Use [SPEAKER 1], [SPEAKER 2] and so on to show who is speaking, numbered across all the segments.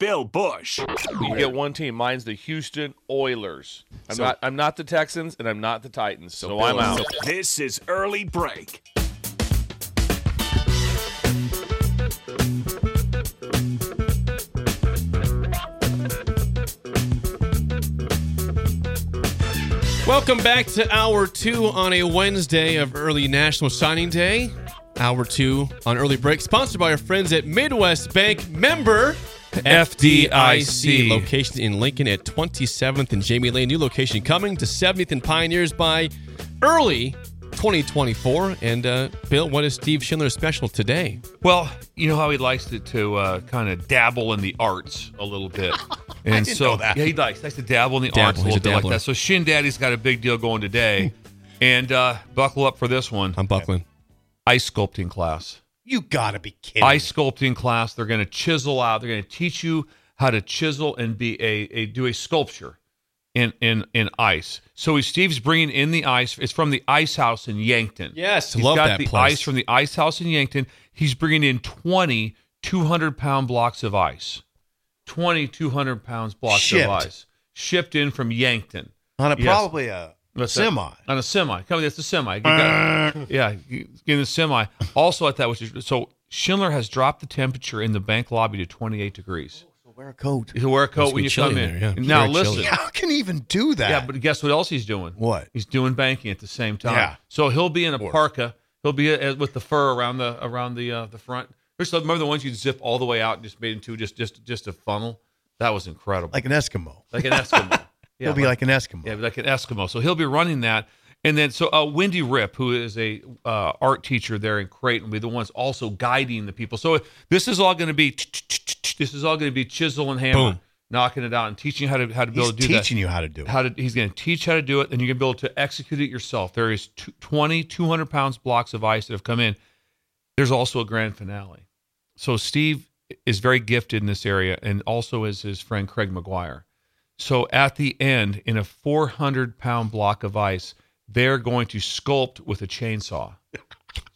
[SPEAKER 1] Bill Bush.
[SPEAKER 2] You get one team. Mine's the Houston Oilers. I'm not. I'm not the Texans, and I'm not the Titans. So, I'm out.
[SPEAKER 1] This is Early Break.
[SPEAKER 3] Welcome back to hour two on a Wednesday of early National Signing Day. Hour two on early break, sponsored by our friends at Midwest Bank. Member FDIC. Location in Lincoln at 27th and Jamie Lane. New location coming to 70th and Pioneers by early 2024. And uh, Bill, what is Steve Schindler's special today?
[SPEAKER 4] Well, you know how he likes to, to uh, kind of dabble in the arts a little bit. And so yeah, he likes, likes to dabble in the
[SPEAKER 3] Dabble,
[SPEAKER 4] arts a
[SPEAKER 3] he's a
[SPEAKER 4] little bit like
[SPEAKER 3] dabbler.
[SPEAKER 4] that. So Shin Daddy's got a big deal going today. and uh, buckle up for this one.
[SPEAKER 3] I'm buckling.
[SPEAKER 4] Ice sculpting class.
[SPEAKER 5] You gotta be kidding.
[SPEAKER 4] Ice sculpting class. They're gonna chisel out, they're gonna teach you how to chisel and be a, a do a sculpture in in in ice. So Steve's bringing in the ice. It's from the ice house in Yankton.
[SPEAKER 3] Yes,
[SPEAKER 4] He's
[SPEAKER 3] love
[SPEAKER 4] got
[SPEAKER 3] that
[SPEAKER 4] the
[SPEAKER 3] place.
[SPEAKER 4] ice from the ice house in Yankton. He's bringing in 20 200 pound blocks of ice. 20 200 pounds blocks
[SPEAKER 5] Shipped.
[SPEAKER 4] of ice shipped in from Yankton.
[SPEAKER 5] on a
[SPEAKER 4] Yes.
[SPEAKER 5] probably a
[SPEAKER 4] That's it.
[SPEAKER 5] semi.
[SPEAKER 4] On a semi. Come that's the semi. You got- yeah, you- in the semi. Also at that which is so Schindler has dropped the temperature in the bank lobby to 28 degrees.
[SPEAKER 5] Oh, Wear a coat.
[SPEAKER 4] You wear a coat
[SPEAKER 3] Must
[SPEAKER 4] when
[SPEAKER 3] be
[SPEAKER 4] you
[SPEAKER 3] chilly
[SPEAKER 4] come
[SPEAKER 3] in
[SPEAKER 4] in.
[SPEAKER 3] there, yeah. It's
[SPEAKER 4] Now
[SPEAKER 3] very chilly.
[SPEAKER 4] listen.
[SPEAKER 5] How can he even do that?
[SPEAKER 4] Yeah, but guess what else he's doing?
[SPEAKER 5] What?
[SPEAKER 4] He's doing banking at the same time.
[SPEAKER 5] Yeah.
[SPEAKER 4] So he'll be in a parka. He'll be uh with the fur around the around the uh, the front. There's- Remember the ones you'd zip all the way out and just made into just just just a funnel. That was incredible.
[SPEAKER 5] like an Eskimo.
[SPEAKER 4] Like an Eskimo. Yeah,
[SPEAKER 5] He'll be like, an Eskimo.
[SPEAKER 4] yeah, like an Eskimo. So he'll be running that. And then, so uh, Wendy Rip, who is a uh, art teacher there in Creighton, will be the ones also guiding the people. So this is all going to be this is all going to be chisel and hammer,
[SPEAKER 3] Boom.
[SPEAKER 4] knocking it out and teaching you how to how to be
[SPEAKER 5] He's
[SPEAKER 4] able to do that.
[SPEAKER 5] teaching you how to do it.
[SPEAKER 4] How to he's going to teach how to do it, and you're going to be able to execute it yourself. There is tw- 20 200 pounds blocks of ice that have come in. There's also a grand finale. So Steve is very gifted in this area, and also is his friend Craig McGuire. So at the end, in a 400 pound block of ice, they're going to sculpt with a chainsaw.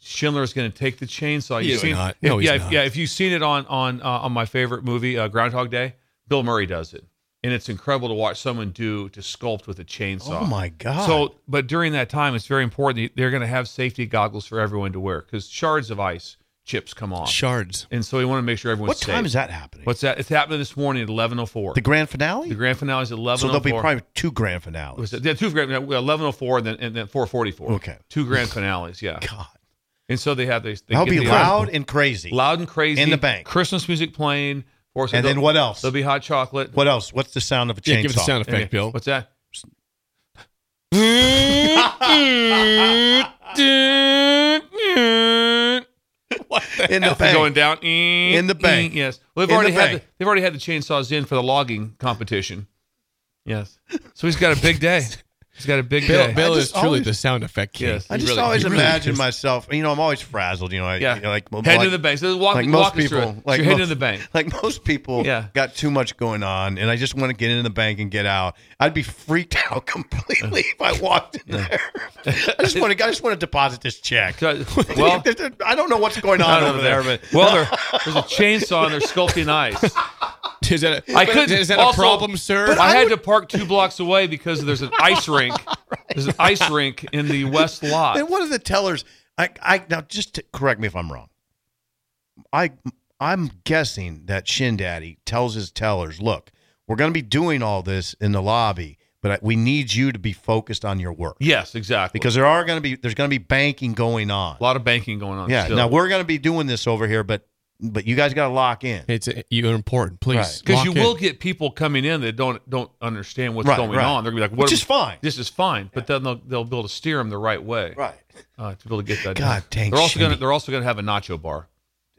[SPEAKER 4] Schindler is going to take the chainsaw.
[SPEAKER 3] He's not. No,
[SPEAKER 4] if,
[SPEAKER 3] he's
[SPEAKER 4] yeah,
[SPEAKER 3] not.
[SPEAKER 4] yeah. If you've seen it on on uh, on my favorite movie, uh, Groundhog Day, Bill Murray does it, and it's incredible to watch someone do to sculpt with a chainsaw.
[SPEAKER 5] Oh my God.
[SPEAKER 4] So, but during that time, it's very important. that They're going to have safety goggles for everyone to wear because shards of ice chips come off,
[SPEAKER 3] Shards.
[SPEAKER 4] and so we want to make sure everyone's
[SPEAKER 5] what
[SPEAKER 4] safe.
[SPEAKER 5] time is that happening?
[SPEAKER 4] What's that? It's happening this morning at 11:04.
[SPEAKER 5] the grand finale?
[SPEAKER 4] The grand finale is oh 11.
[SPEAKER 5] so there'll be probably two grand finales.
[SPEAKER 4] yeah, two grand 1104 and then and then 444.
[SPEAKER 5] Okay.
[SPEAKER 4] Two grand finales, yeah.
[SPEAKER 5] God.
[SPEAKER 4] And so they have they, they
[SPEAKER 5] That'll
[SPEAKER 4] get
[SPEAKER 5] be
[SPEAKER 4] the-
[SPEAKER 5] loud and crazy.
[SPEAKER 4] loud and crazy.
[SPEAKER 5] In the bank.
[SPEAKER 4] Christmas music playing. Of course,
[SPEAKER 5] And then
[SPEAKER 4] there'll-
[SPEAKER 5] what else?
[SPEAKER 4] There'll be hot chocolate.
[SPEAKER 5] What else? What's the sound of a chainsaw?
[SPEAKER 3] Yeah, give us the sound effect,
[SPEAKER 4] Okay,
[SPEAKER 3] Bill.
[SPEAKER 4] What's that?
[SPEAKER 5] in the
[SPEAKER 4] They're
[SPEAKER 5] bank.
[SPEAKER 4] Going down eh,
[SPEAKER 5] In the bank.
[SPEAKER 4] Yes. Well, they've
[SPEAKER 5] In the
[SPEAKER 4] already had
[SPEAKER 5] bank.
[SPEAKER 4] the, they've already had the chainsaws in for the logging competition. Yes. So he's got a big day. He's got a big
[SPEAKER 3] Bill,
[SPEAKER 4] day.
[SPEAKER 3] Bill
[SPEAKER 5] I
[SPEAKER 3] is
[SPEAKER 5] just
[SPEAKER 3] truly
[SPEAKER 5] always-
[SPEAKER 3] the sound effect king.
[SPEAKER 4] Yes.
[SPEAKER 5] I
[SPEAKER 4] He
[SPEAKER 5] just
[SPEAKER 4] really-
[SPEAKER 5] always
[SPEAKER 4] he really
[SPEAKER 5] imagine
[SPEAKER 4] is.
[SPEAKER 5] myself. You know, I'm always frazzled. You know, I, you know, like
[SPEAKER 4] head
[SPEAKER 5] like-
[SPEAKER 4] to the bank. So walk,
[SPEAKER 5] like
[SPEAKER 4] walk
[SPEAKER 5] most
[SPEAKER 4] us through
[SPEAKER 5] people,
[SPEAKER 4] it. So
[SPEAKER 5] like
[SPEAKER 4] you're heading
[SPEAKER 5] most-
[SPEAKER 4] to the bank.
[SPEAKER 5] Like most people,
[SPEAKER 4] Yeah.
[SPEAKER 5] got too much going on, and I just want to get into the bank and get out. I'd be freaked out completely if I walked in there. I just want to, I just want to deposit this check.
[SPEAKER 4] So- well,
[SPEAKER 5] I don't know what's going on
[SPEAKER 4] I don't
[SPEAKER 5] over
[SPEAKER 4] know
[SPEAKER 5] there,
[SPEAKER 4] that.
[SPEAKER 5] but
[SPEAKER 4] well, there- there's a chainsaw and they're sculpting ice.
[SPEAKER 3] Is that a,
[SPEAKER 4] I couldn't.
[SPEAKER 3] Is that
[SPEAKER 4] also-
[SPEAKER 3] a problem, sir?
[SPEAKER 4] I, had to park two blocks away because there's an ice rink. There's an ice rink in the west lot.
[SPEAKER 5] And what are the tellers? I, I now just to correct me if I'm wrong. I I'm guessing that Shin Daddy tells his tellers, look, we're going to be doing all this in the lobby, but I, we need you to be focused on your work
[SPEAKER 4] Yes, exactly.
[SPEAKER 5] because there are going to be there's going to be banking going on.
[SPEAKER 4] a lot of banking going on.
[SPEAKER 5] yeah.
[SPEAKER 4] still.
[SPEAKER 5] Now we're going to be doing this over here, but but you guys got to lock in.
[SPEAKER 3] It's you're important. Please,
[SPEAKER 5] Right.
[SPEAKER 4] because
[SPEAKER 3] lock
[SPEAKER 4] you
[SPEAKER 3] in.
[SPEAKER 4] will get people coming in that don't don't understand what's
[SPEAKER 5] Right,
[SPEAKER 4] going
[SPEAKER 5] right.
[SPEAKER 4] on. They're gonna be like,
[SPEAKER 5] Which
[SPEAKER 4] "What?
[SPEAKER 5] is fine.
[SPEAKER 4] This is fine." But then they'll they'll be able to steer them the right way,
[SPEAKER 5] Right.
[SPEAKER 4] Uh, to be able to get that.
[SPEAKER 5] God
[SPEAKER 4] done.
[SPEAKER 5] dang,
[SPEAKER 4] They're also gonna
[SPEAKER 5] Shimmy.
[SPEAKER 4] they're also gonna have a nacho bar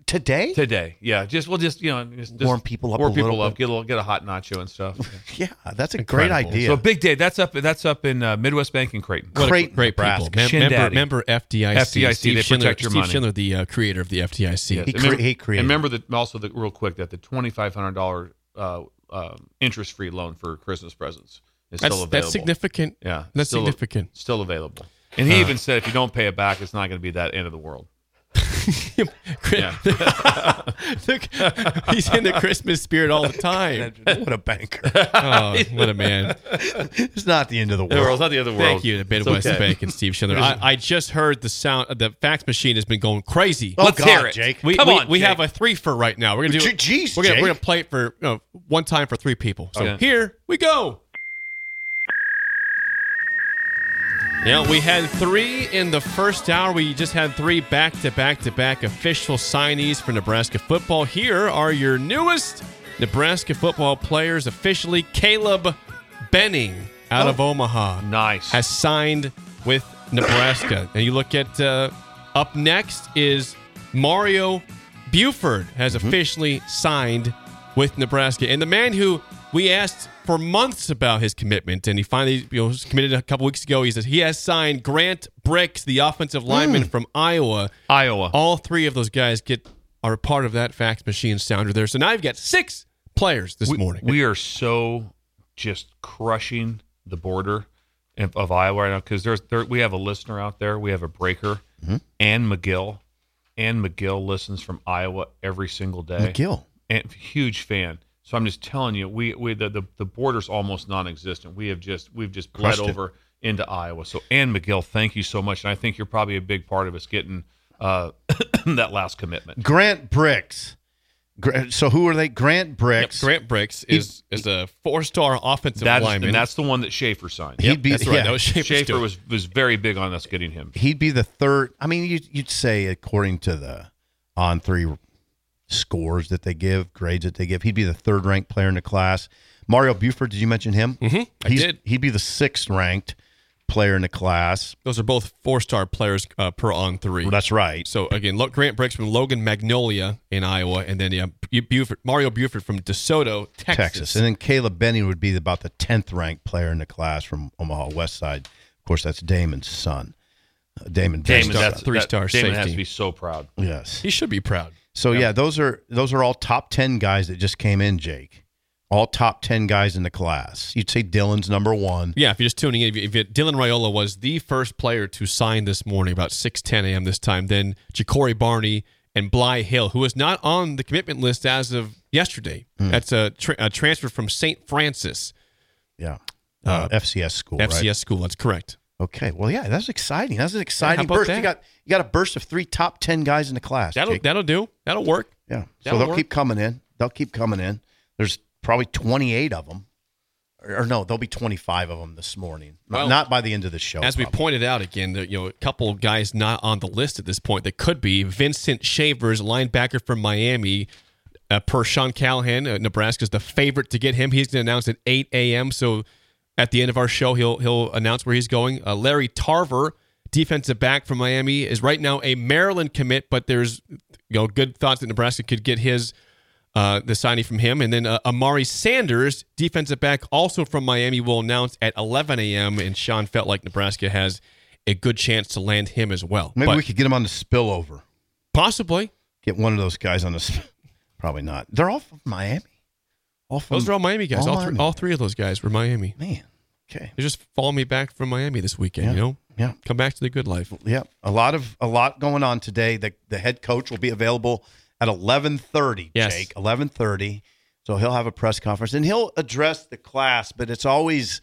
[SPEAKER 5] Today?
[SPEAKER 4] today. Yeah, just we'll just you know just, just
[SPEAKER 5] Warm people up
[SPEAKER 4] warm
[SPEAKER 5] a
[SPEAKER 4] people
[SPEAKER 5] little
[SPEAKER 4] up,
[SPEAKER 5] bit.
[SPEAKER 4] get a little, get a hot nacho and stuff.
[SPEAKER 5] Yeah, that's a
[SPEAKER 3] Incredible.
[SPEAKER 5] great idea.
[SPEAKER 4] So a big day. That's up that's up in uh, Midwest Bank in Creighton.
[SPEAKER 3] What a
[SPEAKER 5] Creighton,
[SPEAKER 3] great people.
[SPEAKER 5] Nebraska.
[SPEAKER 3] Mem- member,
[SPEAKER 4] Shindaddy.
[SPEAKER 3] member FDIC.
[SPEAKER 4] FDIC,
[SPEAKER 3] Steve
[SPEAKER 4] they
[SPEAKER 3] Schindler,
[SPEAKER 4] protect your
[SPEAKER 3] Steve
[SPEAKER 4] money.
[SPEAKER 3] Schindler, the uh, creator of the FDIC.
[SPEAKER 4] Yes.
[SPEAKER 5] He
[SPEAKER 4] And remember-
[SPEAKER 5] cre- he created
[SPEAKER 4] Remember the also the real quick that the twenty five hundred dollar uh, um interest free loan for Christmas presents is
[SPEAKER 3] That's,
[SPEAKER 4] still available.
[SPEAKER 3] that's significant.
[SPEAKER 4] Yeah,
[SPEAKER 3] That's
[SPEAKER 4] still-
[SPEAKER 3] significant.
[SPEAKER 4] Still available. And he even said if you don't pay it back, it's not going to be that end of the world. Yeah.
[SPEAKER 3] He's in the Christmas spirit all the time.
[SPEAKER 5] what a banker.
[SPEAKER 3] Oh, what a man.
[SPEAKER 5] it's not the end of the
[SPEAKER 4] The world's
[SPEAKER 5] world.
[SPEAKER 4] not the end of the world.
[SPEAKER 3] Thank you, the Midwest
[SPEAKER 4] okay.
[SPEAKER 3] Bank and Steve Schindler. I, I just heard the sound. The fax machine has been going crazy.
[SPEAKER 5] Oh,
[SPEAKER 4] Let's
[SPEAKER 5] God,
[SPEAKER 4] hear it.
[SPEAKER 5] Jake.
[SPEAKER 3] We,
[SPEAKER 4] Come
[SPEAKER 3] we,
[SPEAKER 4] on,
[SPEAKER 3] we
[SPEAKER 4] Jake.
[SPEAKER 3] have a three for right now. We're gonna do.
[SPEAKER 5] Je- jeez,
[SPEAKER 3] we're, gonna, we're
[SPEAKER 5] Jake.
[SPEAKER 3] gonna play it for you know, one time for three people. So
[SPEAKER 4] Okay.
[SPEAKER 3] here we go. Yeah, we had three in the first hour. We just had three back to back to back official signees for Nebraska football. Here are your newest Nebraska football players officially. Caleb Benning out of Omaha
[SPEAKER 4] Nice.
[SPEAKER 3] has signed with Nebraska. and you look at uh, up next is Mario Buford has
[SPEAKER 4] Mm-hmm.
[SPEAKER 3] officially signed with Nebraska, and the man who we asked for months about his commitment, and he finally you know was committed a couple weeks ago. He says he has signed Grant Bricks, the offensive lineman
[SPEAKER 4] Mm.
[SPEAKER 3] from Iowa.
[SPEAKER 4] Iowa.
[SPEAKER 3] All three of those guys get are part of that fax machine sounder there. So now you've got six players this
[SPEAKER 4] we,
[SPEAKER 3] morning.
[SPEAKER 4] we are so just crushing the border of, of Iowa right now because there's there, we have a listener out there. We have a breaker,
[SPEAKER 5] Mm-hmm.
[SPEAKER 4] Ann McGill. Ann McGill listens from Iowa every single day.
[SPEAKER 5] McGill.
[SPEAKER 4] and huge fan. So I'm just telling you, we we the the, the border's almost non-existent. We have just we've just bled
[SPEAKER 5] Crushed it.
[SPEAKER 4] over into Iowa. So Ann McGill, thank you so much, and I think you're probably a big part of us getting uh, that last commitment.
[SPEAKER 5] Grant Bricks. Gra- So who are they? Grant
[SPEAKER 3] Yep,
[SPEAKER 5] Bricks.
[SPEAKER 3] Grant Bricks is is a four star offensive
[SPEAKER 4] That's,
[SPEAKER 3] lineman.
[SPEAKER 4] and that's the one that Schaefer signed.
[SPEAKER 5] He'd be
[SPEAKER 3] That's right.
[SPEAKER 5] yeah.
[SPEAKER 3] That was Schaefer's
[SPEAKER 4] Schaefer
[SPEAKER 3] doing.
[SPEAKER 4] was was very big on us getting him.
[SPEAKER 5] he'd be the third. I mean, you'd, you'd say according to the on three scores that they give, grades that they give, he'd be the third ranked player in the class. Mario Buford, did you mention him? Mm-hmm,
[SPEAKER 3] I did.
[SPEAKER 5] He'd be the sixth ranked player in the class.
[SPEAKER 3] Those are both four star players uh, per on three.
[SPEAKER 5] Well, that's right.
[SPEAKER 3] so again, look, Grant Bricks from Logan Magnolia in Iowa, and then yeah, Bu- Buford, Mario Buford from DeSoto, Texas.
[SPEAKER 5] Texas. And then Caleb Benny would be about the 10th ranked player in the class from Omaha West Side. Of course, that's Damon's son. Uh, Damon
[SPEAKER 4] Damon,
[SPEAKER 5] Bennett's
[SPEAKER 4] that's
[SPEAKER 5] son.
[SPEAKER 3] Three-star
[SPEAKER 4] that, Damon has
[SPEAKER 3] safety.
[SPEAKER 4] to be so proud.
[SPEAKER 5] Yes.
[SPEAKER 3] he should be proud.
[SPEAKER 5] So yeah. those are those are all top ten guys that just came in, Jake. All top ten guys in the class. You'd say Dylan's number one.
[SPEAKER 3] Yeah, if you're just tuning in, if, you, if you, Dylan Raiola was the first player to sign this morning about 6, 10 a.m. this time, then Ja'Cory Barney and Bly Hill, who was not on the commitment list as of yesterday.
[SPEAKER 5] Hmm.
[SPEAKER 3] That's a, tra- a transfer from St. Francis
[SPEAKER 5] Yeah, uh, FCS school.
[SPEAKER 3] FCS
[SPEAKER 5] Right?
[SPEAKER 3] school. That's correct.
[SPEAKER 5] Okay. Well, yeah, that's exciting. That's an exciting
[SPEAKER 3] about
[SPEAKER 5] burst.
[SPEAKER 3] that?
[SPEAKER 5] You got you got a burst of three top ten guys in the class.
[SPEAKER 3] That'll,
[SPEAKER 5] Jake.
[SPEAKER 3] that'll do. That'll work.
[SPEAKER 5] yeah. So
[SPEAKER 3] that'll
[SPEAKER 5] they'll
[SPEAKER 3] work.
[SPEAKER 5] keep coming in. They'll keep coming in. There's probably 28 of them, or, or no, there'll be 25 of them this morning. Not-
[SPEAKER 3] Well,
[SPEAKER 5] not by the end of the show.
[SPEAKER 3] As we
[SPEAKER 5] probably.
[SPEAKER 3] pointed out again, there, you know, a couple of guys not on the list at this point that could be Vincent Shavers, linebacker from Miami. Uh, per Sean Callahan, uh, Nebraska's the favorite to get him. He's going to announce at 8 a.m. So at the end of our show, he'll he'll announce where he's going. Uh, Larry Tarver, defensive back from Miami, is right now a Maryland commit, but there's you know good thoughts that Nebraska could get his uh, the signing from him, and then uh, Amari Sanders, defensive back, also from Miami, will announce at 11 a.m. And Sean felt like Nebraska has a good chance to land him as well.
[SPEAKER 5] Maybe
[SPEAKER 3] But
[SPEAKER 5] we could get them on the spillover.
[SPEAKER 3] possibly
[SPEAKER 5] Get one of those guys on the. Sp- probably not. They're all from Miami. All from,
[SPEAKER 3] those are all Miami guys. All, three,
[SPEAKER 5] Miami.
[SPEAKER 3] all three of those guys were Miami.
[SPEAKER 5] Man. Okay.
[SPEAKER 3] They just follow me back from Miami this weekend.
[SPEAKER 5] Yeah.
[SPEAKER 3] You know,
[SPEAKER 5] Yeah.
[SPEAKER 3] come back to the good life.
[SPEAKER 5] Yeah. A lot of a lot going on today. The the head coach will be available at eleven thirty,
[SPEAKER 3] Yes.
[SPEAKER 5] Jake. Eleven thirty. So he'll have a press conference and he'll address the class, but it's always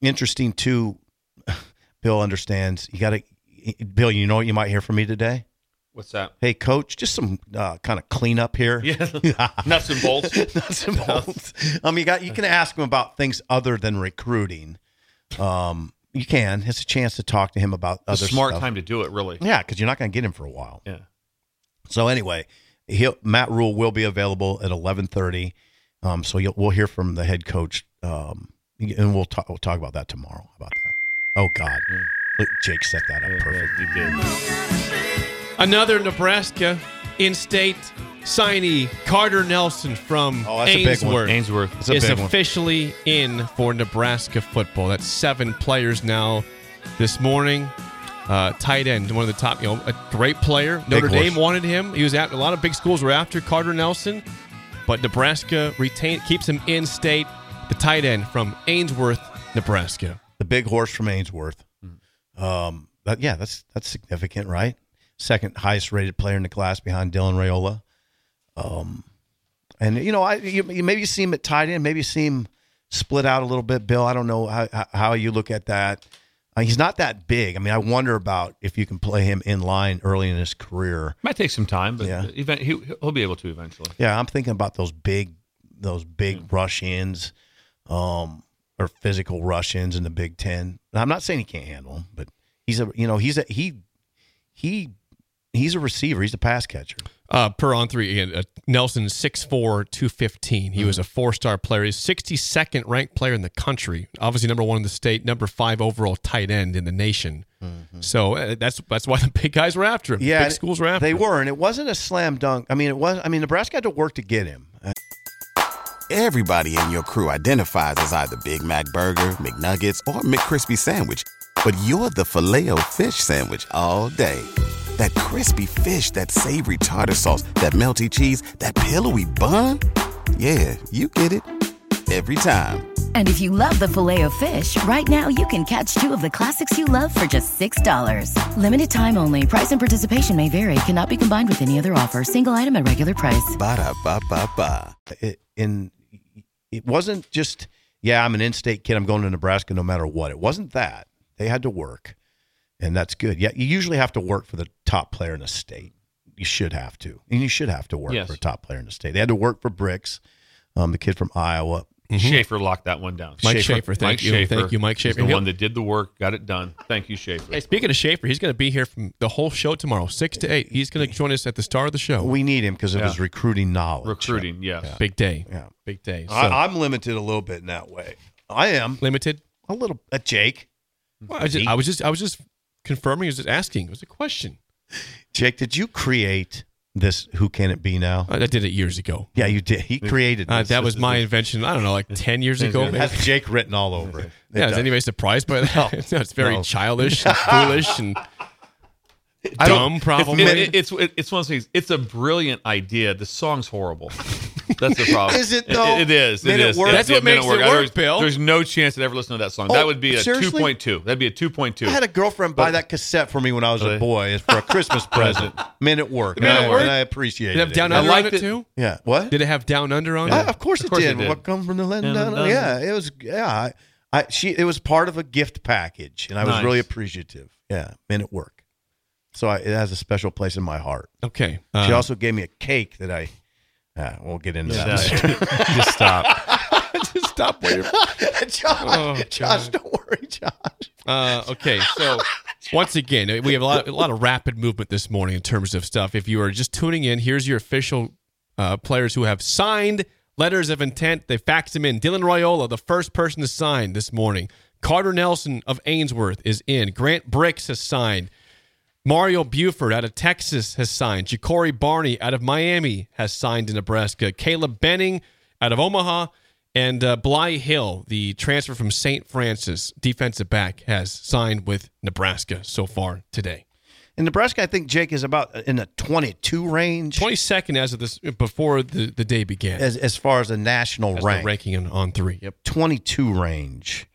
[SPEAKER 5] interesting too. Bill understands you gotta Bill, you know what you might hear from me today?
[SPEAKER 4] What's that?
[SPEAKER 5] Hey coach, just some uh, kind of cleanup here.
[SPEAKER 4] Yeah, nuts and bolts.
[SPEAKER 5] Nuts and bolts. Um, you got you can ask him about things other than recruiting, Um, you can. It's a chance to talk to him about
[SPEAKER 4] It's
[SPEAKER 5] other
[SPEAKER 4] a smart
[SPEAKER 5] stuff.
[SPEAKER 4] time to do it, really.
[SPEAKER 5] Yeah, because you're not going to get him for a while.
[SPEAKER 4] Yeah.
[SPEAKER 5] So anyway, he'll, Matt Rule will be available at eleven thirty. Um, so you'll, we'll hear from the head coach, um, and we'll talk. We'll talk about that tomorrow. About that. Oh God, Look, Jake set that up perfect.
[SPEAKER 3] Another Nebraska in-state signee, Carter Nelson from
[SPEAKER 5] Oh, that's a big
[SPEAKER 3] Ainsworth.
[SPEAKER 5] one.
[SPEAKER 4] Ainsworth.
[SPEAKER 5] It's a
[SPEAKER 3] is
[SPEAKER 5] big one.
[SPEAKER 3] officially in for Nebraska football. That's seven players now this morning. Uh, tight end, one of the top, you know, a great player. Notre
[SPEAKER 5] horse.
[SPEAKER 3] Dame wanted him. He was out. A lot of big schools were after Carter Nelson, but Nebraska retain keeps him in state. The tight end from Ainsworth, Nebraska.
[SPEAKER 5] The big horse from Ainsworth. Um, that, yeah, that's that's significant, right? Second highest rated player in the class behind Dylan Rayola. Um, and you know, I you, you maybe see him at tight end, maybe see him split out a little bit. Bill, I don't know how how- how you look at that. Uh, he's not that big. I mean, I wonder about if you can play him in line early in his career.
[SPEAKER 4] Might take some time, but
[SPEAKER 5] Yeah.
[SPEAKER 4] yeah. event, he, he'll be able to eventually.
[SPEAKER 5] Yeah, I'm thinking about those big, those big rush ins, um, or physical rush ins in the Big Ten. And I'm not saying he can't handle them, but he's a, you know, he's a he, he, he's a receiver. He's a pass catcher.
[SPEAKER 3] Uh, per on three, again, uh, Nelson six four two fifteen. He
[SPEAKER 5] Mm-hmm.
[SPEAKER 3] was a four star player. He's 62nd ranked player in the country. Obviously, number one in the state, number five overall tight end in the nation. So uh, that's that's why the big guys were after him.
[SPEAKER 5] Mm-hmm. Yeah,
[SPEAKER 3] big schools were after
[SPEAKER 5] They
[SPEAKER 3] him.
[SPEAKER 5] were, and it wasn't a slam dunk. I mean, it was. I mean, Nebraska had to work to get him.
[SPEAKER 6] Everybody in your crew identifies as either Big Mac Burger, McNuggets, or McCrispy Sandwich. But you're the filet fish Sandwich all day. That crispy fish, that savory tartar sauce, that melty cheese, that pillowy bun. Yeah, you get it. Every time.
[SPEAKER 7] And if you love the filet of fish, right now you can catch two of the classics you love for just $6. Limited time only. Price and participation may vary. Cannot be combined with any other offer. Single item at regular price.
[SPEAKER 6] Ba-da-ba-ba-ba.
[SPEAKER 5] It, and it wasn't just, yeah, I'm an in-state kid. I'm going to Nebraska no matter what. It wasn't that. They had to work, and that's good. Yeah, you usually have to work for the top player in the state. You should have to, and you should have to work
[SPEAKER 4] Yes.
[SPEAKER 5] for a top player in the state. They had to work for Bricks, um, the kid from Iowa.
[SPEAKER 4] Schaefer locked that one down.
[SPEAKER 3] Mm-hmm. Mike Schaefer, thank
[SPEAKER 4] Mike
[SPEAKER 3] you,
[SPEAKER 4] Schaefer
[SPEAKER 3] thank you, Mike
[SPEAKER 4] is
[SPEAKER 3] Schaefer.
[SPEAKER 4] the
[SPEAKER 3] He'll-
[SPEAKER 4] one that did the work, got it done. Thank you, Schaefer.
[SPEAKER 3] Hey, speaking of Schaefer, he's going to be here from the whole show tomorrow, six to eight. He's going to join us at the start of the show.
[SPEAKER 5] We need him because of
[SPEAKER 4] Yeah.
[SPEAKER 5] his recruiting knowledge.
[SPEAKER 4] Recruiting, yes.
[SPEAKER 3] big day,
[SPEAKER 5] Yeah.
[SPEAKER 3] big day. So,
[SPEAKER 5] I, I'm limited a little bit in that way. I am
[SPEAKER 3] limited.
[SPEAKER 5] a little. Uh, Jake,
[SPEAKER 3] I was, just, I was just I was just confirming. I was just asking. It was a question.
[SPEAKER 5] Jake, did you create this? Who can it be now?
[SPEAKER 3] I, I did it years ago.
[SPEAKER 5] Yeah, you did. He created
[SPEAKER 3] Uh,
[SPEAKER 5] this.
[SPEAKER 3] that was my invention. I don't know, like ten years ago. maybe.
[SPEAKER 5] That's Jake written all over it.
[SPEAKER 3] Yeah, is anybody surprised by that?
[SPEAKER 5] No.
[SPEAKER 3] No, it's very
[SPEAKER 5] No.
[SPEAKER 3] childish and foolish and
[SPEAKER 5] I don't-
[SPEAKER 3] dumb, probably.
[SPEAKER 4] It- it- it's it- it's one of those things. It's a brilliant idea. The song's horrible. That's the problem.
[SPEAKER 5] Is it, though?
[SPEAKER 4] it is.
[SPEAKER 5] Made
[SPEAKER 4] It
[SPEAKER 5] it
[SPEAKER 4] is.
[SPEAKER 5] work?
[SPEAKER 4] Yeah,
[SPEAKER 3] That's
[SPEAKER 4] yeah,
[SPEAKER 3] what
[SPEAKER 4] made
[SPEAKER 3] makes it
[SPEAKER 4] I-
[SPEAKER 3] work,
[SPEAKER 4] there's-
[SPEAKER 3] Bill.
[SPEAKER 4] There's no chance that I ever listen to that song.
[SPEAKER 5] Oh,
[SPEAKER 4] that would be a
[SPEAKER 5] seriously? Oh,
[SPEAKER 4] 2.2. That'd be a 2.2.
[SPEAKER 5] I had a girlfriend buy that cassette for me when I was a
[SPEAKER 4] Really?
[SPEAKER 5] boy It's for a Christmas present. Men at work.
[SPEAKER 4] Men
[SPEAKER 5] and
[SPEAKER 4] at
[SPEAKER 5] I-
[SPEAKER 4] Work?
[SPEAKER 5] And I appreciated
[SPEAKER 3] Did it have
[SPEAKER 5] it.
[SPEAKER 3] down
[SPEAKER 5] I
[SPEAKER 3] under
[SPEAKER 5] liked
[SPEAKER 3] on it, too?
[SPEAKER 5] Yeah. What?
[SPEAKER 3] Did it have down under on
[SPEAKER 5] I-
[SPEAKER 3] it?
[SPEAKER 5] of course it
[SPEAKER 4] course
[SPEAKER 5] did.
[SPEAKER 4] it did.
[SPEAKER 5] What come from the land?
[SPEAKER 4] Dun,
[SPEAKER 5] down-
[SPEAKER 4] dun,
[SPEAKER 5] Yeah, it was. Yeah, I, I she it was part of a gift package, and I was
[SPEAKER 4] Nice.
[SPEAKER 5] really appreciative. Yeah, men at work. So I, it has a special place in my heart.
[SPEAKER 3] Okay.
[SPEAKER 5] She
[SPEAKER 3] Uh,
[SPEAKER 5] also gave me a cake that I. Uh, we'll get into that.
[SPEAKER 4] Just- just stop.
[SPEAKER 3] just stop where you're-
[SPEAKER 5] Josh,
[SPEAKER 3] Oh,
[SPEAKER 5] Josh,
[SPEAKER 3] God.
[SPEAKER 5] don't worry, Josh.
[SPEAKER 3] Uh, okay, so once again, we have a lot, a lot of rapid movement this morning in terms of stuff. If you are just tuning in, here's your official uh, players who have signed letters of intent. They faxed them in. Dylan Royola, the first person to sign this morning. Carter Nelson of Ainsworth is in. Grant Bricks has signed. Mario Buford out of Texas has signed. Ja'Cory Barney out of Miami has signed in Nebraska. Caleb Benning out of Omaha. And uh, Bly Hill, the transfer from St. Francis, defensive back, has signed with Nebraska so far today.
[SPEAKER 5] In Nebraska, I think Jake is about in the twenty-two range
[SPEAKER 3] 22nd as of this, before the, the day began.
[SPEAKER 5] as as far as a national
[SPEAKER 3] As the
[SPEAKER 5] rank.
[SPEAKER 3] ranking on, on three. Yep.
[SPEAKER 5] 22 range,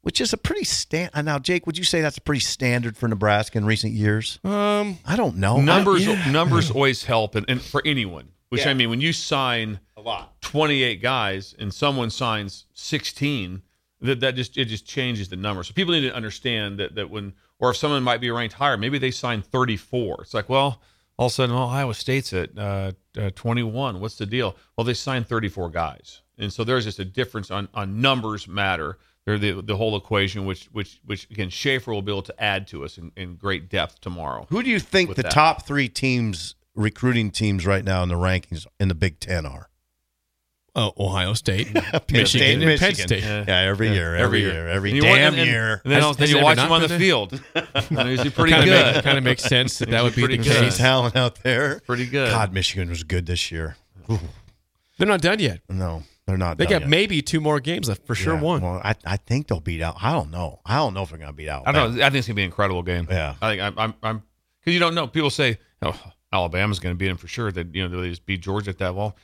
[SPEAKER 5] which is a pretty stand. Now, Jake, would you say that's pretty standard for Nebraska in recent years?
[SPEAKER 3] Um,
[SPEAKER 5] I don't know.
[SPEAKER 4] numbers
[SPEAKER 5] I,
[SPEAKER 4] numbers always help and, and for anyone which i mean when you sign a lot 28 guys and someone signs 16 that, that just it just changes the number so people need to understand that that when or if someone might be ranked higher maybe they sign 34 it's like well all of a sudden well iowa state's at uh, uh, 21 what's the deal well they signed 34 guys and so there's just a difference on on numbers matter They're the the whole equation, which which which again Schaefer will be able to add to us in, in great depth tomorrow.
[SPEAKER 5] Who do you think
[SPEAKER 4] With
[SPEAKER 5] the
[SPEAKER 4] that.
[SPEAKER 5] top three teams, recruiting teams right now in the rankings in the Big Ten are?
[SPEAKER 3] Oh, Ohio State,
[SPEAKER 5] Penn
[SPEAKER 3] Michigan,
[SPEAKER 5] State,
[SPEAKER 3] and Penn
[SPEAKER 5] Michigan.
[SPEAKER 3] State.
[SPEAKER 5] Yeah, every year, every,
[SPEAKER 4] every
[SPEAKER 5] year,
[SPEAKER 4] year.
[SPEAKER 5] every
[SPEAKER 4] And you
[SPEAKER 5] damn
[SPEAKER 4] want- and- and-
[SPEAKER 5] year.
[SPEAKER 4] And then,
[SPEAKER 3] Has-
[SPEAKER 4] I'll- then
[SPEAKER 3] has
[SPEAKER 4] you
[SPEAKER 3] it
[SPEAKER 4] watch
[SPEAKER 3] ever
[SPEAKER 4] him on
[SPEAKER 3] not
[SPEAKER 4] the
[SPEAKER 3] been
[SPEAKER 4] field. They're usually pretty
[SPEAKER 3] Kind of
[SPEAKER 4] good.
[SPEAKER 3] make, kind of makes sense that that would be the
[SPEAKER 4] Pretty good.
[SPEAKER 3] case.
[SPEAKER 5] There's talent out there.
[SPEAKER 4] Pretty good.
[SPEAKER 5] God, Michigan was good this year.
[SPEAKER 3] They're not done yet.
[SPEAKER 5] No, they're not.
[SPEAKER 3] They
[SPEAKER 5] done
[SPEAKER 3] got
[SPEAKER 5] yet.
[SPEAKER 3] maybe two more games left. For sure,
[SPEAKER 5] Yeah,
[SPEAKER 3] one.
[SPEAKER 5] Well, I, I think they'll beat out. I don't know. I don't know if they're going to beat out.
[SPEAKER 4] I don't know. I think it's gonna be an incredible game.
[SPEAKER 5] Yeah.
[SPEAKER 4] I think I'm I'm I'm because you don't know. People say, "Oh, Alabama's gonna beat them for sure." That you know they just beat Georgia at that well.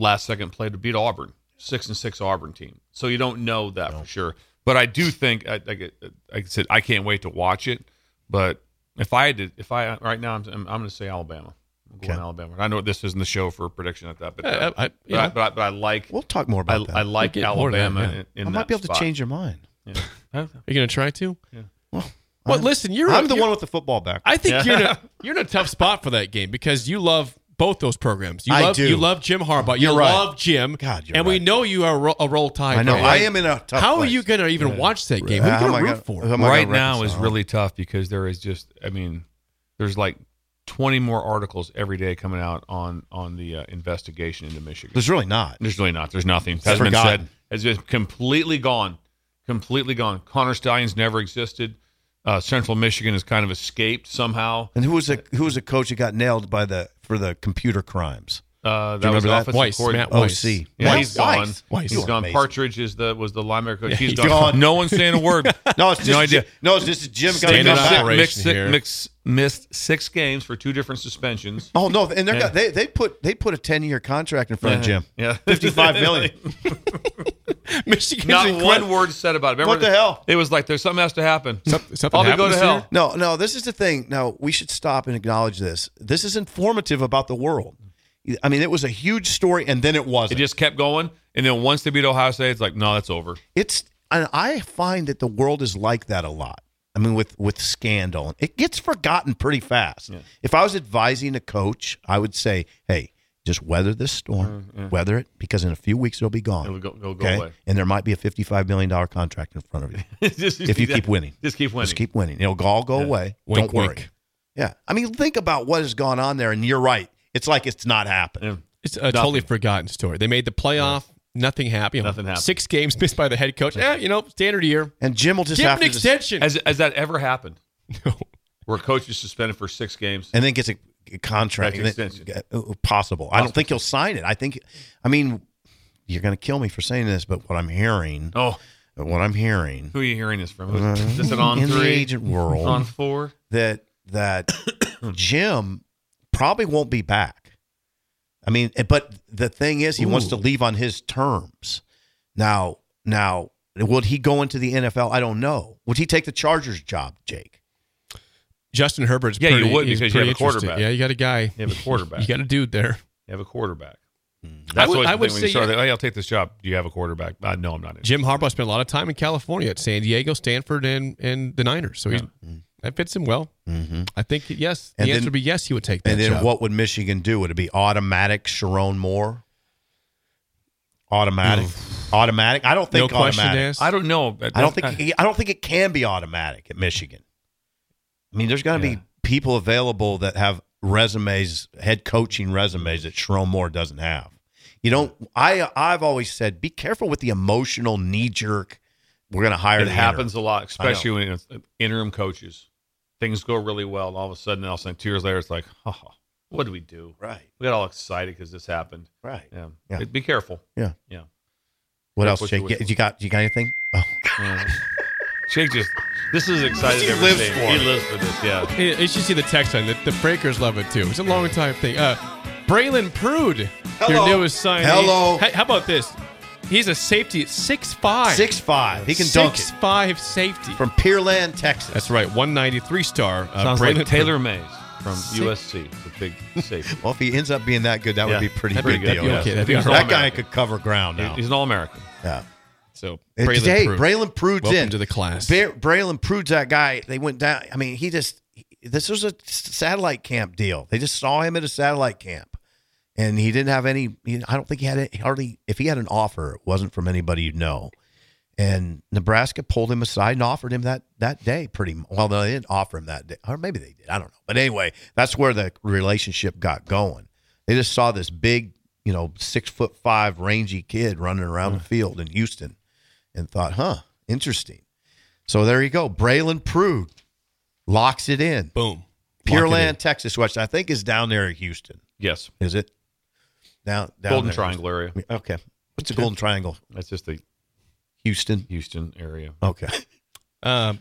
[SPEAKER 4] Last second play to beat Auburn, six and six Auburn team. So you don't know that for sure. But I do think I, I get- like I said, I can't wait to watch it. But if I had to, if I right now, I'm I'm, I'm gonna say Alabama. I'm going
[SPEAKER 5] Okay.
[SPEAKER 4] Alabama. I know this isn't the show for a prediction at that, but uh,
[SPEAKER 3] Yeah, I- I-
[SPEAKER 4] but,
[SPEAKER 3] yeah.
[SPEAKER 4] I, but, I, but I like
[SPEAKER 5] We'll talk more
[SPEAKER 4] I,
[SPEAKER 5] about that.
[SPEAKER 4] I like
[SPEAKER 3] We'll get more to that,
[SPEAKER 4] Alabama.
[SPEAKER 3] yeah.
[SPEAKER 4] in, in
[SPEAKER 5] I might
[SPEAKER 4] that
[SPEAKER 5] be able
[SPEAKER 4] spot.
[SPEAKER 5] to change your mind.
[SPEAKER 4] Yeah.
[SPEAKER 3] Are you going to try to? Yeah.
[SPEAKER 5] Well,
[SPEAKER 3] Well,
[SPEAKER 5] I'm-
[SPEAKER 3] listen, you're
[SPEAKER 5] I'm the
[SPEAKER 3] you're-
[SPEAKER 5] one with the football back.
[SPEAKER 3] I think you're in a, you're in a tough spot for that game because you love both those programs. You
[SPEAKER 5] I
[SPEAKER 3] love
[SPEAKER 5] do.
[SPEAKER 3] you love Jim Harbaugh. You
[SPEAKER 5] You're right.
[SPEAKER 3] love Jim.
[SPEAKER 5] God, you're
[SPEAKER 3] and we
[SPEAKER 5] right.
[SPEAKER 3] know you are a ro- a roll tide.
[SPEAKER 5] I know.
[SPEAKER 3] fan.
[SPEAKER 5] I am in a tough
[SPEAKER 3] How are
[SPEAKER 5] place. Uh,
[SPEAKER 3] you going to even watch that game?
[SPEAKER 5] How
[SPEAKER 3] Who are you
[SPEAKER 5] am I
[SPEAKER 3] going to
[SPEAKER 5] gonna-
[SPEAKER 3] root for?
[SPEAKER 5] who am I gonna
[SPEAKER 4] right now is
[SPEAKER 5] reconcile?
[SPEAKER 4] really tough because there is just i mean there's like 20 more articles every day coming out on on the uh, investigation into michigan
[SPEAKER 5] There's really not.
[SPEAKER 4] there's really not there's nothing
[SPEAKER 5] It's
[SPEAKER 4] has been
[SPEAKER 5] forgotten.
[SPEAKER 4] said has been completely gone completely gone connor stallions never existed uh, central michigan has kind of escaped somehow
[SPEAKER 5] And who was a who was a coach that got nailed by the for the computer crimes?
[SPEAKER 4] uh, that
[SPEAKER 5] you
[SPEAKER 4] was
[SPEAKER 5] remember that?
[SPEAKER 4] offensive
[SPEAKER 3] Weiss,
[SPEAKER 4] coordinator-
[SPEAKER 3] Matt Weiss.
[SPEAKER 5] OC.
[SPEAKER 4] yeah,
[SPEAKER 5] Weiss.
[SPEAKER 4] he's gone.
[SPEAKER 5] Weiss. Weiss. You
[SPEAKER 4] He's
[SPEAKER 5] are
[SPEAKER 4] gone.
[SPEAKER 5] amazing.
[SPEAKER 4] Partridge is the was the linebacker coach. he's
[SPEAKER 5] he's
[SPEAKER 4] gone.
[SPEAKER 5] gone.
[SPEAKER 4] No one's saying a word.
[SPEAKER 5] No, it's just
[SPEAKER 4] No idea.
[SPEAKER 5] No, it's just Jim got
[SPEAKER 3] Standing
[SPEAKER 5] to
[SPEAKER 3] up.
[SPEAKER 5] come back.
[SPEAKER 3] operation
[SPEAKER 4] mixed, si-
[SPEAKER 3] here.
[SPEAKER 4] mixed- missed six games for two different suspensions.
[SPEAKER 5] Oh no, and they're
[SPEAKER 4] Yeah.
[SPEAKER 5] got, they they put they put a ten year contract in front of Jim.
[SPEAKER 4] Yeah.
[SPEAKER 5] 55 million.
[SPEAKER 3] Michigan's
[SPEAKER 4] Not
[SPEAKER 3] incredible.
[SPEAKER 4] one word said about it. Remember
[SPEAKER 5] What the hell?
[SPEAKER 4] It was like there's something has to happen.
[SPEAKER 3] Some- something
[SPEAKER 4] I'll be go
[SPEAKER 3] happened
[SPEAKER 4] to
[SPEAKER 3] this
[SPEAKER 4] hell.
[SPEAKER 3] year?
[SPEAKER 5] No, no, this is the thing. Now, we should stop and acknowledge this. This is informative about the world. I mean, it was a huge story, and then it
[SPEAKER 4] It
[SPEAKER 5] wasn't.
[SPEAKER 4] just kept going, and then once they beat Ohio State, it's like no, that's over.
[SPEAKER 5] it's, and I find that the world is like that a lot. I mean, with with scandal, it gets forgotten pretty fast. If I was advising a coach, I would say, "Hey, just weather this storm, weather it, because in a few weeks it'll be gone.
[SPEAKER 4] Mm, It'll go- it'll go away.
[SPEAKER 5] and there might be a fifty-five million dollar contract in front of you."
[SPEAKER 4] Just-
[SPEAKER 5] if you keep winning.
[SPEAKER 4] just keep winning.
[SPEAKER 5] Just keep winning. It'll all go away.
[SPEAKER 3] Wink,
[SPEAKER 5] Don't worry.
[SPEAKER 3] wink.
[SPEAKER 5] Yeah. I mean, think about what has gone on there, and you're right. It's like it's not happened.
[SPEAKER 4] Yeah.
[SPEAKER 3] It's a totally forgotten story. They made the playoff. Nothing happened. You know,
[SPEAKER 4] Nothing happened.
[SPEAKER 3] Six games missed by the head coach. Yeah, you know, standard year.
[SPEAKER 5] And Jim will just
[SPEAKER 3] Give
[SPEAKER 5] have
[SPEAKER 3] him an
[SPEAKER 5] to just-
[SPEAKER 3] extension.
[SPEAKER 4] Has, has that ever happened? Where a coach is suspended for six games?
[SPEAKER 5] and then gets a a contract
[SPEAKER 4] That's
[SPEAKER 5] and then-
[SPEAKER 4] extension.
[SPEAKER 5] uh, possible. I don't think he'll sign it. I think, I mean, you're going to kill me for saying this, but what I'm hearing,
[SPEAKER 4] Oh,
[SPEAKER 5] what I'm hearing
[SPEAKER 4] who are you hearing this from? Is this an on
[SPEAKER 5] in the
[SPEAKER 4] three?
[SPEAKER 5] agent world
[SPEAKER 4] On four?
[SPEAKER 5] that that Jim probably won't be back. I mean, eh, but the thing is, he wants to leave on his terms. Now, now, would he go into the NFL? I don't know. Would he take the Chargers job, Jake?
[SPEAKER 3] Justin Herbert's
[SPEAKER 4] Yeah, you
[SPEAKER 3] pretty,
[SPEAKER 4] would
[SPEAKER 3] he's
[SPEAKER 4] because you have
[SPEAKER 3] pretty
[SPEAKER 4] a quarterback.
[SPEAKER 3] interested. Yeah, you got a guy.
[SPEAKER 4] You have a quarterback.
[SPEAKER 3] You got a dude there.
[SPEAKER 4] You have a quarterback. That's
[SPEAKER 3] would-
[SPEAKER 4] always
[SPEAKER 3] I
[SPEAKER 4] the
[SPEAKER 3] would
[SPEAKER 4] thing when you
[SPEAKER 3] say
[SPEAKER 4] start,
[SPEAKER 3] yeah.
[SPEAKER 4] like, Hey, I'll take this job. Do you have a quarterback? Uh, no, I'm not. interested.
[SPEAKER 3] Jim Harbaugh spent a lot of time in California at San Diego, Stanford, and and the Niners. So he's, that fits him well. Mm-hmm. I think yes. The
[SPEAKER 5] And then-
[SPEAKER 3] answer would be yes. He would take that.
[SPEAKER 5] And then
[SPEAKER 3] job.
[SPEAKER 5] what would Michigan do? Would it be automatic Sharon Moore? Automatic, automatic. I don't
[SPEAKER 3] No
[SPEAKER 5] think
[SPEAKER 3] question
[SPEAKER 5] automatic.
[SPEAKER 3] asked.
[SPEAKER 4] I don't know. That-
[SPEAKER 5] I don't
[SPEAKER 4] that's-
[SPEAKER 5] think I don't think it can be automatic at Michigan. I mean, there's going to
[SPEAKER 4] Yeah.
[SPEAKER 5] be people available that have resumes, head coaching resumes that Sharon Moore doesn't have. You don't. I I've always said, be careful with the emotional knee jerk. We're going to hire.
[SPEAKER 4] it
[SPEAKER 5] the
[SPEAKER 4] happens
[SPEAKER 5] interim.
[SPEAKER 4] a lot, especially when it's uh, interim coaches. Things go really well, and all of a sudden, all of a sudden, two years later, it's like, oh, what do we do?
[SPEAKER 5] Right.
[SPEAKER 4] We got all excited because this happened.
[SPEAKER 5] Right.
[SPEAKER 4] Yeah.
[SPEAKER 5] Yeah.
[SPEAKER 4] Be careful.
[SPEAKER 5] Yeah.
[SPEAKER 4] Yeah.
[SPEAKER 5] What
[SPEAKER 4] Yeah,
[SPEAKER 5] else,
[SPEAKER 4] push
[SPEAKER 5] Jake?
[SPEAKER 4] the whistle.
[SPEAKER 5] You got you got anything? Oh,
[SPEAKER 4] Yeah. Jake just, this is exciting.
[SPEAKER 5] He
[SPEAKER 4] every
[SPEAKER 5] lives
[SPEAKER 4] day.
[SPEAKER 5] for
[SPEAKER 4] He
[SPEAKER 5] it.
[SPEAKER 4] lives for this. Yeah.
[SPEAKER 3] Hey, You should see the text line. The, the breakers love it too. It's a long time thing. Uh, Braylon Prude, your
[SPEAKER 5] Hello.
[SPEAKER 3] newest signee.
[SPEAKER 5] Hello.
[SPEAKER 3] Hey, how about this? He's a safety, six five.
[SPEAKER 5] six five. He can dunk it
[SPEAKER 3] five safety.
[SPEAKER 5] from Pearland, Texas.
[SPEAKER 3] That's right. One ninety three star. Uh,
[SPEAKER 4] Sounds
[SPEAKER 3] Braylon
[SPEAKER 4] like
[SPEAKER 3] Prude.
[SPEAKER 4] Taylor Mays from USC, the big safety.
[SPEAKER 5] Well, if he ends up being that good, that
[SPEAKER 4] Yeah.
[SPEAKER 5] would be pretty
[SPEAKER 4] That'd be
[SPEAKER 5] big
[SPEAKER 4] good.
[SPEAKER 5] deal.
[SPEAKER 4] That'd be
[SPEAKER 3] okay.
[SPEAKER 4] Oh,
[SPEAKER 3] That'd be
[SPEAKER 5] that
[SPEAKER 3] all
[SPEAKER 5] guy
[SPEAKER 3] right.
[SPEAKER 5] could cover ground now.
[SPEAKER 4] He's an All American.
[SPEAKER 5] yeah.
[SPEAKER 3] So
[SPEAKER 5] Hey,
[SPEAKER 3] Braylon
[SPEAKER 5] today,
[SPEAKER 3] Prude.
[SPEAKER 5] Braylon Prude's
[SPEAKER 3] Welcome
[SPEAKER 5] in.
[SPEAKER 3] to the class.
[SPEAKER 5] Ba- Braylon Prude's that guy. They went down. I mean, he just he- this was a s- satellite camp deal. They just saw him at a satellite camp, and he didn't have any. he- I don't think he had it hardly. If he had an offer, it wasn't from anybody you know. And Nebraska pulled him aside and offered him that that day. Pretty m- well, they didn't offer him that day, or maybe they did. I don't know. But anyway, that's where the relationship got going. They just saw this big, you know, six foot five rangy kid running around
[SPEAKER 3] Hmm.
[SPEAKER 5] the field in Houston, and thought, "Huh, interesting." So there you go. Braylon Prude locks it in.
[SPEAKER 3] Boom.
[SPEAKER 5] Pure Land, Texas, which I think is down there in Houston.
[SPEAKER 4] Yes.
[SPEAKER 5] Is it down? down
[SPEAKER 4] Golden
[SPEAKER 5] there.
[SPEAKER 4] Triangle area.
[SPEAKER 5] Okay. What's the Golden Triangle?
[SPEAKER 4] That's just the
[SPEAKER 5] Houston.
[SPEAKER 4] Houston area.
[SPEAKER 5] Okay.
[SPEAKER 3] Um,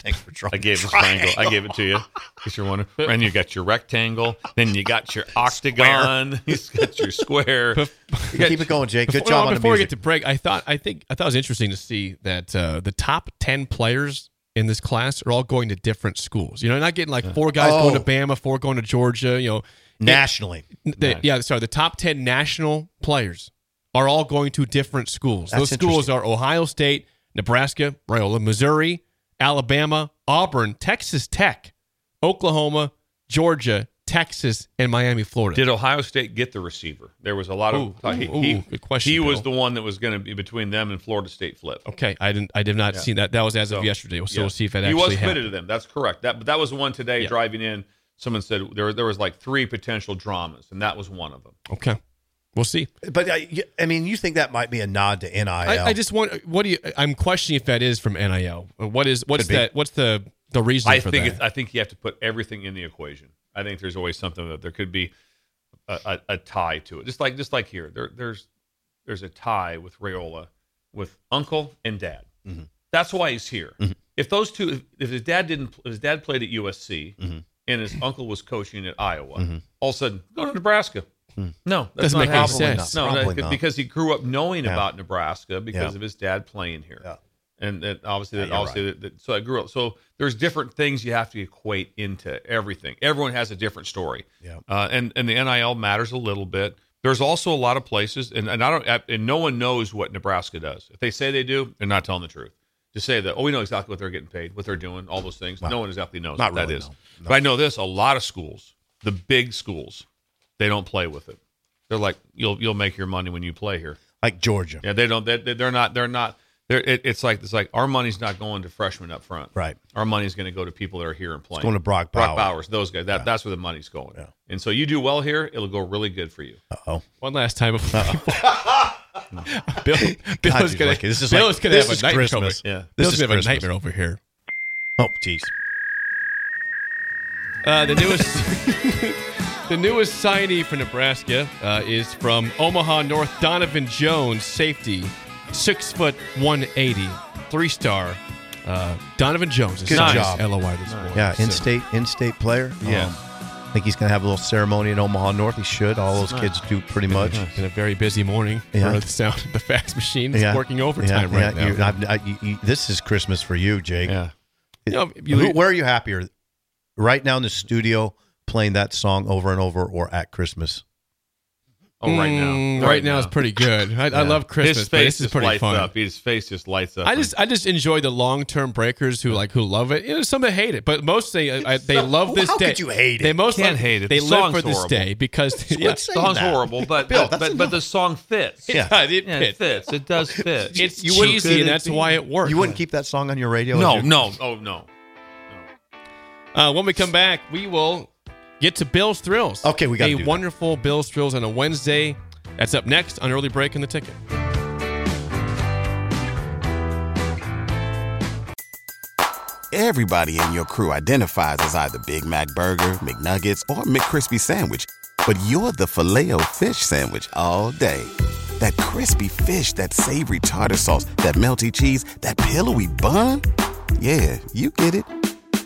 [SPEAKER 5] Thanks for trying.
[SPEAKER 4] I gave it a triangle. I gave it to you. Because you're wondering. And you got your rectangle. Then you got your octagon. You got your square.
[SPEAKER 5] Keep it going, Jake. Good
[SPEAKER 3] before,
[SPEAKER 5] job
[SPEAKER 3] well,
[SPEAKER 5] on the
[SPEAKER 3] before we
[SPEAKER 5] music.
[SPEAKER 3] get to break, I thought I think I thought it was interesting to see that uh, the top ten players in this class are all going to different schools. You know, not getting like four guys going to
[SPEAKER 5] Oh.
[SPEAKER 3] Bama, four going to Georgia. You know,
[SPEAKER 5] Nationally,
[SPEAKER 3] the, yeah, sorry, the top 10 national players are all going to different schools. Those
[SPEAKER 5] That's
[SPEAKER 3] schools are Ohio State, Nebraska, Loyola, Missouri, Alabama, Auburn, Texas Tech, Oklahoma, Georgia, Texas, and Miami, Florida.
[SPEAKER 4] Did Ohio State get the receiver? There was a lot
[SPEAKER 3] Ooh,
[SPEAKER 4] of.
[SPEAKER 3] ooh, ooh, good question,
[SPEAKER 4] He was the
[SPEAKER 3] Bill.
[SPEAKER 4] one that was going to be between them and Florida State flip.
[SPEAKER 3] okay, I didn't I did not see that. That was as of
[SPEAKER 4] So,
[SPEAKER 3] yesterday. So
[SPEAKER 4] Yeah.
[SPEAKER 3] we'll see if that
[SPEAKER 4] he
[SPEAKER 3] actually
[SPEAKER 4] was
[SPEAKER 3] happened.
[SPEAKER 4] committed to them. That's correct. That but that was the one today
[SPEAKER 3] Yeah.
[SPEAKER 4] driving in. Someone said there there was like three potential dramas, and that was one of them.
[SPEAKER 3] Okay. We'll see.
[SPEAKER 5] but I, I mean, you think that might be a nod to NIL?
[SPEAKER 3] I, I just want what do you I'm questioning if that is from NIL. What is what's
[SPEAKER 5] Could be.
[SPEAKER 3] that what's the the reason
[SPEAKER 4] I
[SPEAKER 3] for
[SPEAKER 4] think
[SPEAKER 3] that?
[SPEAKER 4] it's, I think you have to put everything in the equation. I think there's always something that there could be a, a, a tie to it. Just like just like here, there, there's there's a tie with Rayola, with Uncle and Dad.
[SPEAKER 3] Mm-hmm.
[SPEAKER 4] That's why he's here. If those two, if, if his dad didn't, if his dad played at USC
[SPEAKER 3] Mm-hmm.
[SPEAKER 4] and his uncle was coaching at Iowa, all of a sudden go to Nebraska. No, that
[SPEAKER 3] Hmm. Doesn't make any sense.
[SPEAKER 4] No,
[SPEAKER 5] Probably
[SPEAKER 4] that-
[SPEAKER 5] not.
[SPEAKER 4] because he grew up knowing about Nebraska because
[SPEAKER 5] Yeah.
[SPEAKER 4] of his dad playing here
[SPEAKER 5] Yeah.
[SPEAKER 4] and that obviously that
[SPEAKER 5] you're
[SPEAKER 4] obviously that, that- so I grew up. So there's different things you have to equate into everything. Everyone has a different story.
[SPEAKER 5] Yeah.
[SPEAKER 4] Uh, and and the NIL matters a little bit. There's also a lot of places, and, and I don't, I- and no one knows what Nebraska does. If they say they do, they're not telling the truth. To say that, oh, we know exactly what they're getting paid, what they're doing, all those things. no one exactly knows
[SPEAKER 5] not
[SPEAKER 4] what that
[SPEAKER 5] really,
[SPEAKER 4] is.
[SPEAKER 5] no.
[SPEAKER 4] But I know this: a lot of schools, the big schools, they don't play with it. They're like, you'll you'll make your money when you play here.
[SPEAKER 5] like Georgia,
[SPEAKER 4] Yeah, they don't. They, they- they're not. They're not. They're, it, it's like it's like our money's not going to freshmen up front.
[SPEAKER 5] Right.
[SPEAKER 4] Our money's going to go to people that are here and playing.
[SPEAKER 5] going to Brock Bowers.
[SPEAKER 4] Bowers. Those guys. That, That's where the money's going. And so you do well here, it'll go really good for you.
[SPEAKER 3] One last time before Bill, Bill
[SPEAKER 5] God,
[SPEAKER 3] is
[SPEAKER 5] dude,
[SPEAKER 3] gonna,
[SPEAKER 5] Lucky, this is
[SPEAKER 3] Bill
[SPEAKER 5] like-
[SPEAKER 3] is gonna
[SPEAKER 5] this
[SPEAKER 3] have
[SPEAKER 5] is
[SPEAKER 3] a nightmare. Over,
[SPEAKER 5] Christmas.
[SPEAKER 4] Yeah.
[SPEAKER 3] Bill's
[SPEAKER 5] This is
[SPEAKER 3] gonna have a
[SPEAKER 5] Christmas.
[SPEAKER 3] nightmare over here.
[SPEAKER 5] Oh, geez.
[SPEAKER 3] Uh, the newest, the newest signee for Nebraska uh, is from Omaha North, Donovan Jones, safety, six foot one eighty, three star. Uh, Donovan Jones is
[SPEAKER 5] Good
[SPEAKER 3] signed
[SPEAKER 5] job.
[SPEAKER 3] as LOI this morning.
[SPEAKER 5] Yeah,
[SPEAKER 3] So-
[SPEAKER 5] in-state, in-state player.
[SPEAKER 4] Yeah.
[SPEAKER 5] Um, I think he's going to have a little ceremony in Omaha North. He should. All those kids do pretty much.
[SPEAKER 3] Been a very busy morning
[SPEAKER 5] Yeah.
[SPEAKER 3] for the sound. The fax machine is working overtime
[SPEAKER 5] yeah,
[SPEAKER 3] right
[SPEAKER 5] yeah. You-
[SPEAKER 3] now.
[SPEAKER 5] I- I- you- you- this is Christmas for you, Jake.
[SPEAKER 3] You know, if you-
[SPEAKER 5] Who- where are you happier? Right now in the studio playing that song over and over or at Christmas?
[SPEAKER 4] Oh, right
[SPEAKER 3] Mm,
[SPEAKER 4] now.
[SPEAKER 3] right, now, is pretty good. I, I love Christmas,
[SPEAKER 4] His
[SPEAKER 3] but
[SPEAKER 4] face
[SPEAKER 3] this is
[SPEAKER 4] just
[SPEAKER 3] pretty
[SPEAKER 4] lights
[SPEAKER 3] fun.
[SPEAKER 4] up. His face just lights up.
[SPEAKER 3] I just I just enjoy the long term breakers who like who love it. You know, some that hate it, but most they I, they love this
[SPEAKER 5] how
[SPEAKER 3] day.
[SPEAKER 5] could you hate it?
[SPEAKER 3] They most
[SPEAKER 4] Can't
[SPEAKER 3] like-
[SPEAKER 4] hate it.
[SPEAKER 3] They
[SPEAKER 4] The
[SPEAKER 3] live
[SPEAKER 4] song's
[SPEAKER 3] for this
[SPEAKER 4] horrible.
[SPEAKER 3] day because yeah,
[SPEAKER 4] the song's
[SPEAKER 5] that.
[SPEAKER 4] horrible, but
[SPEAKER 5] Bill,
[SPEAKER 4] but,
[SPEAKER 5] that's
[SPEAKER 4] but, but the song fits.
[SPEAKER 5] Yeah.
[SPEAKER 3] it,
[SPEAKER 4] Yeah, it
[SPEAKER 3] it-
[SPEAKER 4] fits. It does fit.
[SPEAKER 3] it's
[SPEAKER 5] You wouldn't-
[SPEAKER 3] cheesy, and that's why it works.
[SPEAKER 5] You wouldn't keep that song on your radio?
[SPEAKER 4] no,
[SPEAKER 5] if you-
[SPEAKER 4] no, oh no.
[SPEAKER 3] Uh, when we come back, we will get to Bill's Thrills.
[SPEAKER 5] Okay, we gotta
[SPEAKER 3] a
[SPEAKER 5] do that.
[SPEAKER 3] wonderful Bill's Thrills on a Wednesday. That's up next on early break in the ticket.
[SPEAKER 6] Everybody in your crew identifies as either Big Mac Burger, McNuggets, or McCrispy Sandwich. But you're the filet fish Sandwich all day. That crispy fish, that savory tartar sauce, that melty cheese, that pillowy bun. Yeah, you get it.